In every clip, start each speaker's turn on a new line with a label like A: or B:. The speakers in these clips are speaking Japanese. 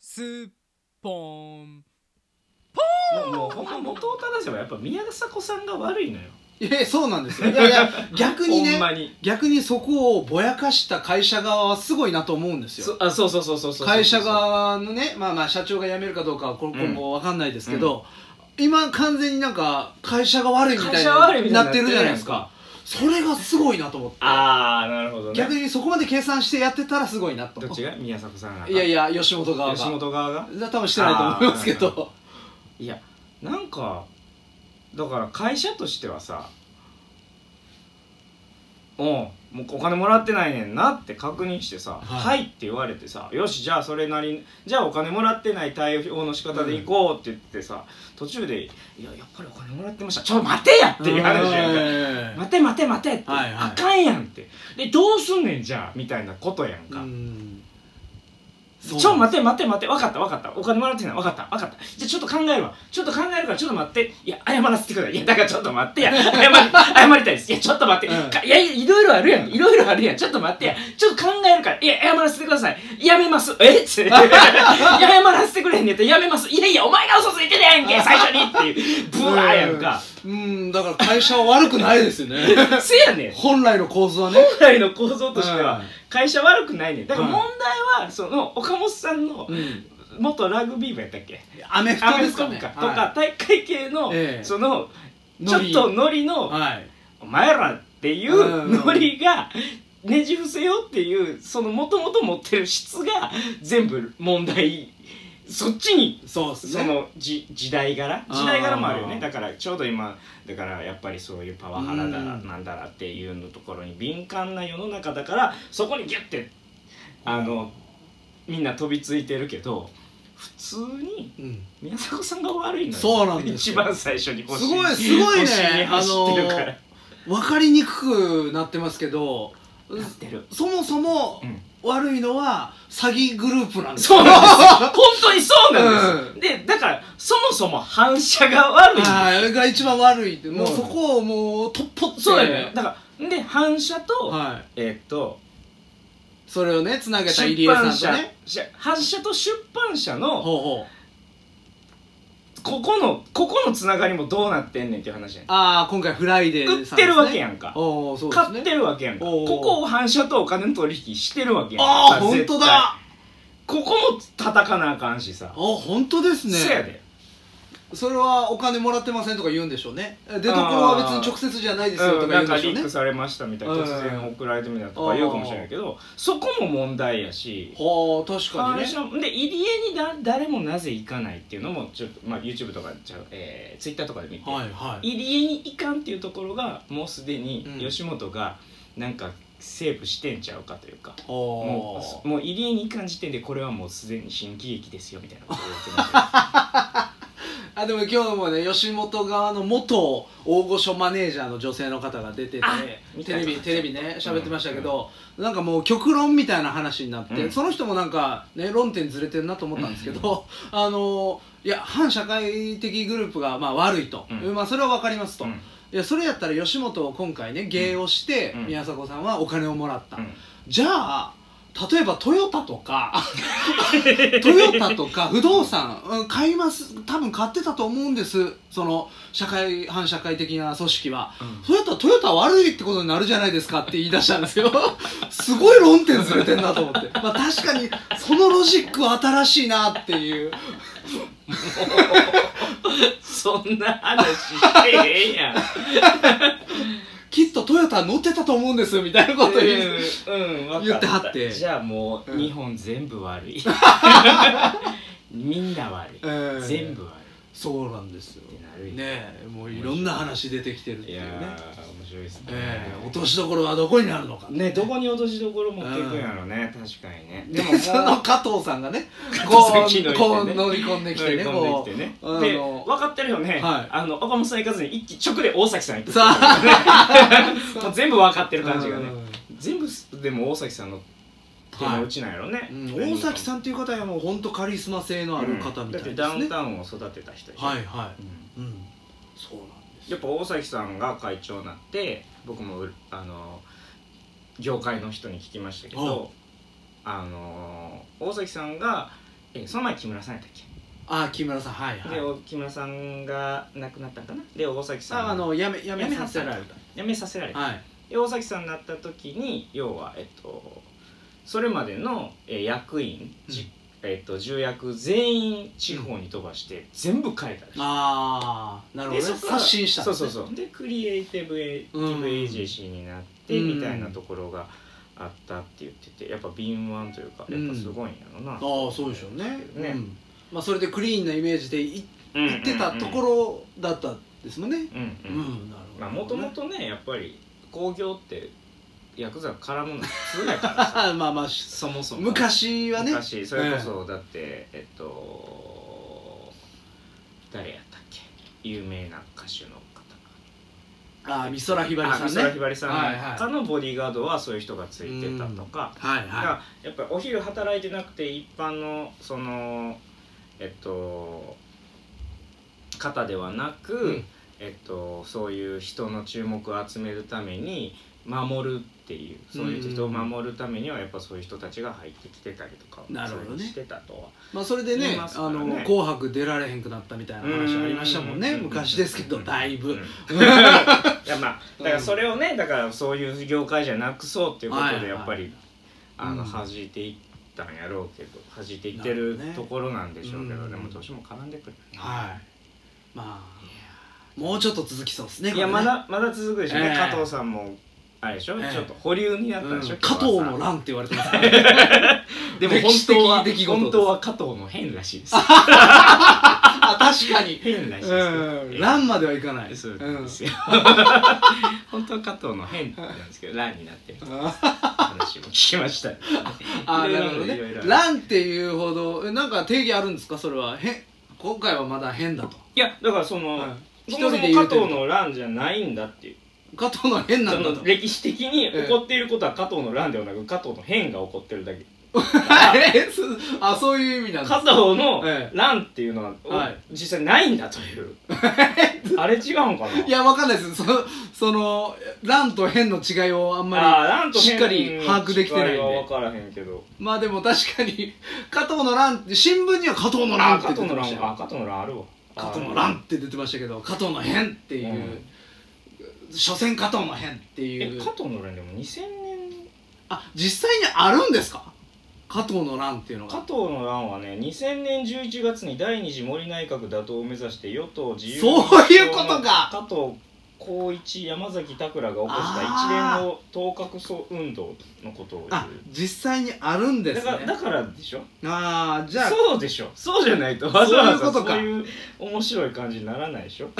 A: すっぽん
B: もうもうほんま元岡ラジオはやっぱ宮迫さんが悪いのよ
C: えそうなんですよいや いや逆に
B: ほん
C: ね
B: まに
C: 逆にそこをぼやかした会社側はすごいなと思うんです
B: そ
C: よ
B: あそうそうそうそうそう
C: 会社側のねまあまあ社長が辞めるかどうかはこ
B: ん
C: 今後わかんないですけど、今完全になんか会社が悪いみた
B: 会
C: い
B: 社悪いみ
C: な
B: たいに
C: なってるじゃないですかそれがすごいなと思って
B: ああなるほどね
C: 逆にそこまで計算してやってたらすごいなと
B: どっちが宮迫さんが
C: いやいや吉本側が
B: 吉本側が
C: 多分してないと思いますけど
B: いやなんかだから会社としてはさうんもうお金もらってないねんなって確認してさ「
C: はい
B: はい」って言われてさ「よしじゃあそれなりにじゃあお金もらってない対応の仕方で行こう」って言ってさ、途中で「いややっぱりお金もらってましたちょっと待てや!」っていう話やんか
C: え
B: 待て待て待てって、
C: はいはい
B: あかんやんってでどうすんねんじゃあみたいなことやん
C: え
B: か、
C: うんそう
B: ちょ待て待て待て分かった分かったお金もらってない分かった分かったじゃあちょっと考えるわちょっと考えるからちょっと待っていや謝らせてくださいいやだからちょっと待ってや謝り謝りたいですいやちょっと待って、
C: うん
B: かいやいろいろあるやんいろいろあるやんちょっと待ってやちょっと考えるからいや謝らせてくださいやめますえっ つっていや謝らせてくれへんねんってやめますいやいやお前が嘘ついてたやんけ最初にっていうブワーやんか、
C: うんだから会社は悪くないですよね
B: せやねん
C: 本来の構図はね
B: 本来の構造としては、
C: うん
B: 会社悪くないねんだから
C: うん
B: 問題はその岡本さんの
C: うん
B: 元ラグビー部やったっけ
C: アメフ
B: ア
C: ト
B: メ
C: で
B: フ
C: す
B: ト
C: か
B: 部
C: ね
B: かと
C: は
B: か大会系の
C: ええ
B: その
C: い
B: ちょっとノリの
C: はい
B: 「お前ら」ってい
C: うん
B: うノリがねじ伏せようっていうそのもともと持ってる質が全部問題そっちに
C: そうっす
B: そ
C: ね
B: のじ時代柄
C: あー
B: 時代柄もあるよねだからちょうど今だからやっぱりそういうパワハラだら
C: うん
B: なんだらっていうのところに敏感な世の中だからそこにギュッてあのみんな飛びついてるけど普通に
C: うん
B: 宮迫さんが悪いのよ
C: そうなんで
B: 一
C: すよ
B: 番最初に腰
C: すごいすごいね
B: 腰に走ってるから
C: 分かりにくくなってますけど
B: なってる
C: そもそも
B: うん
C: 悪いのは詐欺グループなんですよ
B: そうなんですよ本当にそうなんですよでだからそもそも反射が悪いんです
C: あーが一番悪いってもう
B: うん
C: そこをもう突破って
B: そうだよねだからで反射と、
C: はい
B: えーっと
C: それをねつなげた入
B: 出
C: 江
B: 版
C: さ
B: 社
C: んとね
B: し発射と出版社の
C: ほうほう
B: ここのここのつながりもどうなってんねんっていう話やね
C: ああ今回フライデー
B: ん売っ
C: さんですね
B: てるわけやんか
C: おおそうです
B: 買っ
C: ね
B: てるわけやんか
C: おー
B: ここを反射とお金の取引してるわけやん
C: ああ
B: 絶
C: 本
B: 対
C: 当だ
B: ここも叩かなあかんしさ
C: あ本当ですね
B: せやで
C: それはお金もらってませんとか言うんでしょうね出所は別に直接じゃないです
B: う
C: よとか
B: ん
C: 言
B: な
C: うんんで
B: か
C: しょう
B: リ
C: ね
B: ークされましたみたいな
C: うん
B: 突然送られてみたいなとか言うかもしれないけどそこも問題やし
C: はあ確かに
B: 会
C: ね
B: 社で入江にだ誰もなぜ行かないっていうのもちょっと、まあ、YouTube とかちゃう、えー、Twitter とかで見て、
C: はいはい
B: 入江に行かんっていうところがもうすでに
C: うん
B: 吉本がなんかセーブしてんちゃうかというか、
C: お
B: も
C: ー
B: うもう入江に行かん時点でこれはもうすでに新喜劇ですよみたいなことを言ってましたよ
C: あでも今日もね吉本側の元大御所マネージャーの女性の方が出てて
B: あ
C: テレビテレビね喋ってましたけど、なんかもう極論みたいな話になって、
B: うん
C: その人もなんか、ね、論点ずれてるなと思ったんですけど、あのいや反社会的グループがまあ悪いと、
B: うん
C: まあ、それは分かりますと、
B: うん
C: いやそれやったら吉本を今回ね芸をして、
B: うん
C: 宮迫さんはお金をもらった、
B: うん
C: じゃあ例えばトヨタ とかトヨタとか不動産うん買います多分買ってたと思うんですその社会反社会的な組織は、
B: うん
C: そうやったらトヨタ悪いってことになるじゃないですかって言い出したんですよ すごい論点ずれてんなと思って、まあ、確かにそのロジックは新しいなっていう
B: そんな話してへんやん
C: きっとトヨタ乗ってたと思うんですみたいなこと言う、
B: うんうんわか
C: 言ってはって
B: じゃあも
C: う
B: うん日本全部悪 いみんな悪い
C: ええ
B: 全部悪
C: そうなんですよ
B: いってなるよ
C: ねえもういろんな話出てきてるって
B: い
C: いう
B: や
C: ね
B: ー面白いですね
C: ええ落としどころはどこになるのか
B: ねどこに落としどころ持っていくんやろね確かにねで
C: で
B: も
C: も その加藤さんが ねこう
B: 加藤さん昨日言
C: こ
B: って
C: う
B: ね
C: 乗り込んでき
B: 乗り
C: て
B: 込
C: ね
B: ん
C: こ
B: できてね
C: こう
B: で
C: あの
B: 分かってるよね
C: はい
B: あの岡本さん行かずに一気直で大崎さん行く
C: さ
B: もう全部分かって
C: う
B: る感じがね
C: うん
B: 全部でも大崎さんの手の内なんやろね
C: うん大崎さんっていう方はもう本当カリスマ性のある方
B: うん
C: み
B: だって
C: たいです
B: ダウン
C: ね
B: タウンを育てた人でしょ
C: はいは
B: うん
C: いうんそうなんです
B: やっぱ大崎さんが会長になって僕もうあの業界の人に聞きましたけどあの大崎さんがえーその前木村さんやったっけ
C: あ木村さんはいはい
B: でお木村さんが亡くなったんかなで大崎さん
C: さああのやめやめ
B: やめ
C: さ
B: さ
C: せ
B: せ
C: ら
B: ら
C: れ
B: れ
C: た
B: 辞めさせられた、
C: はい
B: で大崎さんになった時に要はえっとそれまでの、えー役員、じ
C: うん
B: えっと重役全員地方に飛ばして、全部変えたらしい
C: ああなるほ
B: で
C: どね
B: そこは
C: 刷新したん
B: そ
C: で
B: う
C: す
B: そ
C: ね
B: うそうでクリエイティブエイテ
C: うん
B: ィブエージェンシーになって
C: うん
B: みたいなところがあったって言っててやっぱ敏腕というか
C: う
B: やっ
C: ん
B: ぱすごいんやろな、
C: ああそうでしょうね
B: ね
C: うんまあそれでクリーンなイメージでい
B: うん
C: 行ってたところだったんですもんね
B: うんうん、
C: う
B: うんうん
C: んなるほど
B: まあもともとねやっぱり興行ってヤクザが絡むの普通やからさ
C: まあまあし
B: そもそも
C: 昔はね
B: 昔それこそだってえっと誰やったっけ有名な歌手の方
C: ああ美空ひばりさ
B: あ
C: ん
B: 美
C: ね
B: 空ひばりさ
C: はいはい
B: んかのボディーガードはそういう人がついてたとか、
C: はい
B: だから
C: は
B: やっぱりお昼働いてなくて一般のそのえっと方ではなく、
C: うん
B: えっと、そういう人の注目を集めるために守るっていうそういう人を守るためにはやっぱそういう人たちが入ってきてたりとか
C: なるほ
B: そう
C: どね
B: いうのしてたとは。
C: いまあそれでね
B: い
C: 「
B: ま
C: あ
B: すからね
C: の紅白」出られへんくなったみたいな話ありましたもんね
B: うん
C: 昔ですけどだいぶ
B: うんいや まあだからそれをねだからそういう業界じゃなくそうっていうこと
C: はい
B: でやっぱり、あの
C: うん
B: 弾いていったんやろうけど弾いていってる
C: なるほどね
B: ところなんでしょうけど
C: うん
B: でも年も絡んでくるよね
C: はいまあもうちょっと続きそうですね
B: いや
C: これ
B: ま
C: ね
B: だまだ続くでしょうね、
C: ええ
B: 加藤さんもあれでしょ、
C: ええ
B: ちょっと保留になった
C: うん
B: でしょ、
C: 加藤の
B: ラ
C: 乱って言われてますから ね
B: でも本当は
C: 歴史的出来事です
B: 本当は加藤の変らしいです
C: あ確かに
B: 変らしいです、
C: うん乱まではいかない
B: ええそう
C: う
B: なん
C: ん
B: ですよ、 本当は加藤の変なんですけど乱になってる
C: あ
B: 話も聞きました
C: あ
B: いろ
C: ないる
B: ろ
C: ほどね
B: いろいろある
C: 乱っていうほどえなんか定義あるんですかそれはへ今回はまだ変だと
B: いやだからその、
C: 一
B: そも
C: 人で
B: そも
C: 言
B: 加
C: うてる
B: 藤の乱じゃないんだっていう
C: 加藤の変な
B: そ
C: んだ
B: の
C: と
B: 歴史的に起こっていることは加藤の乱ではなく加藤の変が起こってるだけ
C: えすあそういう意味なんです
B: 加藤の
C: え
B: 乱っていうのは、
C: はい
B: 実際ないんだという あれ違うんかない
C: やわかんないですそその乱と変の違いをあんまり
B: あー乱と
C: し
B: 変
C: っかり把握できてないんで
B: 違は分からへんけど
C: まあでも確かに加藤の乱って新聞には加藤の乱
B: あ
C: っ
B: 加
C: て出
B: 藤
C: て
B: の
C: ました
B: 乱あ
C: よ
B: 加藤の乱あるわ
C: 加藤の乱って出てましたけど加藤の変っていう、所詮加藤の変って
B: え
C: いう
B: 加藤の乱でも2000年
C: あ実際にあるんですか加藤の乱っていうの
B: 加
C: が
B: 藤の乱はね2000年11月に第二次森内閣打倒を目指して与党自由
C: そういうことか
B: 加藤浩一山崎拓らが起こした一
C: あー
B: 連の当確層運動のことを言
C: あ
B: う
C: 実際にあるんで
B: だ
C: す
B: からだ
C: ね
B: からでしょ
C: ああじゃあ
B: そうでしょそうじゃないとわざわざ
C: そういうことか
B: そういう面白い感じにならないでしょ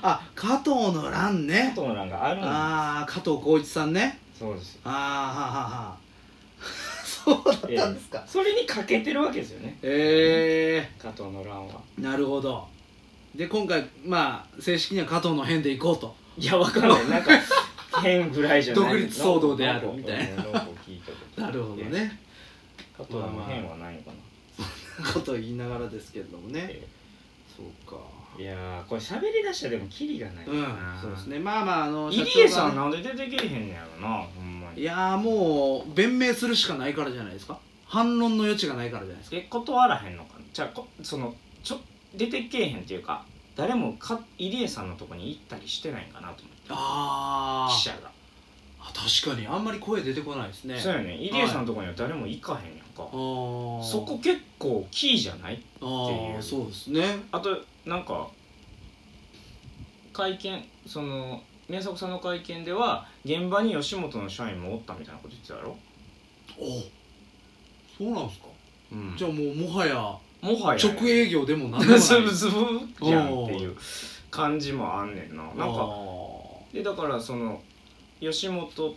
C: あ加藤の
B: 加
C: 乱ね
B: 藤の乱があるんだ
C: ああ加藤浩一さんね
B: そうです
C: ああはあはあはあそうだったんですか
B: それに欠けてるわけですよね
C: え
B: 加藤の乱は
C: ー、なるほどで今回まあ正式には加藤の変でいこうと
B: いやわかんないなんか変ぐらいじゃない
C: 独立騒動であるみたい
B: ななんか聞いたこと
C: なるほどね
B: 加藤の変はないのかな、
C: ことを言いながらですけれどもね
B: え
C: そうか
B: えいやーこれ喋りだしたらでもキリがないな、
C: うんそうですねまあまああの社長が
B: 入江さんなんで出てけえへんねやろなほんま
C: い
B: に
C: やーもう弁明するしかないからじゃないですか反論の余地がないからじゃないですか
B: え断らへんのかなじゃあこそのちょ出てけえへんっていうか誰もか入江さんのとこに行ったりしてないんかなと思って
C: あ
B: 記
C: ー
B: 者が、
C: あ確かにあんまり声出てこないですね
B: そうよね入江さんのとこには誰も行かへんやんか、
C: あー
B: そこ結構キーじゃないっ
C: あ
B: てい
C: ー
B: う
C: そうですね
B: あとなんか会見その宮迫さんの会見では現場に吉本の社員もおったみたいなこと言ってたやろ、
C: おそうなんですか
B: うん
C: じゃあもうもはや
B: もはや
C: 直営業でも何でも ない
B: ズブズブじゃんっていう感じもあんねんななんか
C: あ
B: でだからその吉本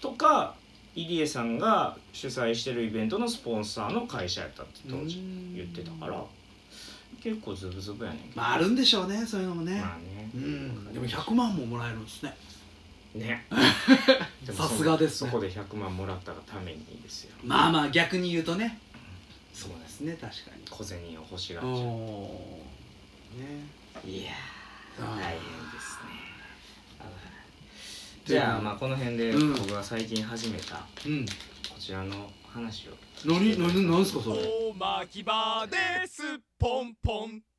B: とか入江さんが主催してるイベントのスポンサーの会社やったって
C: ー
B: 当時言ってたから結構ズブズブやねんけど
C: まああるんでしょうねそういうのもね、
B: まあね
C: うんでも100万ももらえるんですね
B: ねでも
C: さすがですね
B: そこで100万もらったがためにですよ
C: まあまあ逆に言うとね
B: そうです
C: ね確か
B: 小銭を欲しがっ
C: にお
B: ちゃ
C: おね
B: ういやー
C: あー
B: 大変ですねあーじゃあまあこの辺で
C: うん
B: 僕が最近始めた
C: うん
B: こちらの話を
C: 何何何すかそれ
A: おまき場です。ポンポン。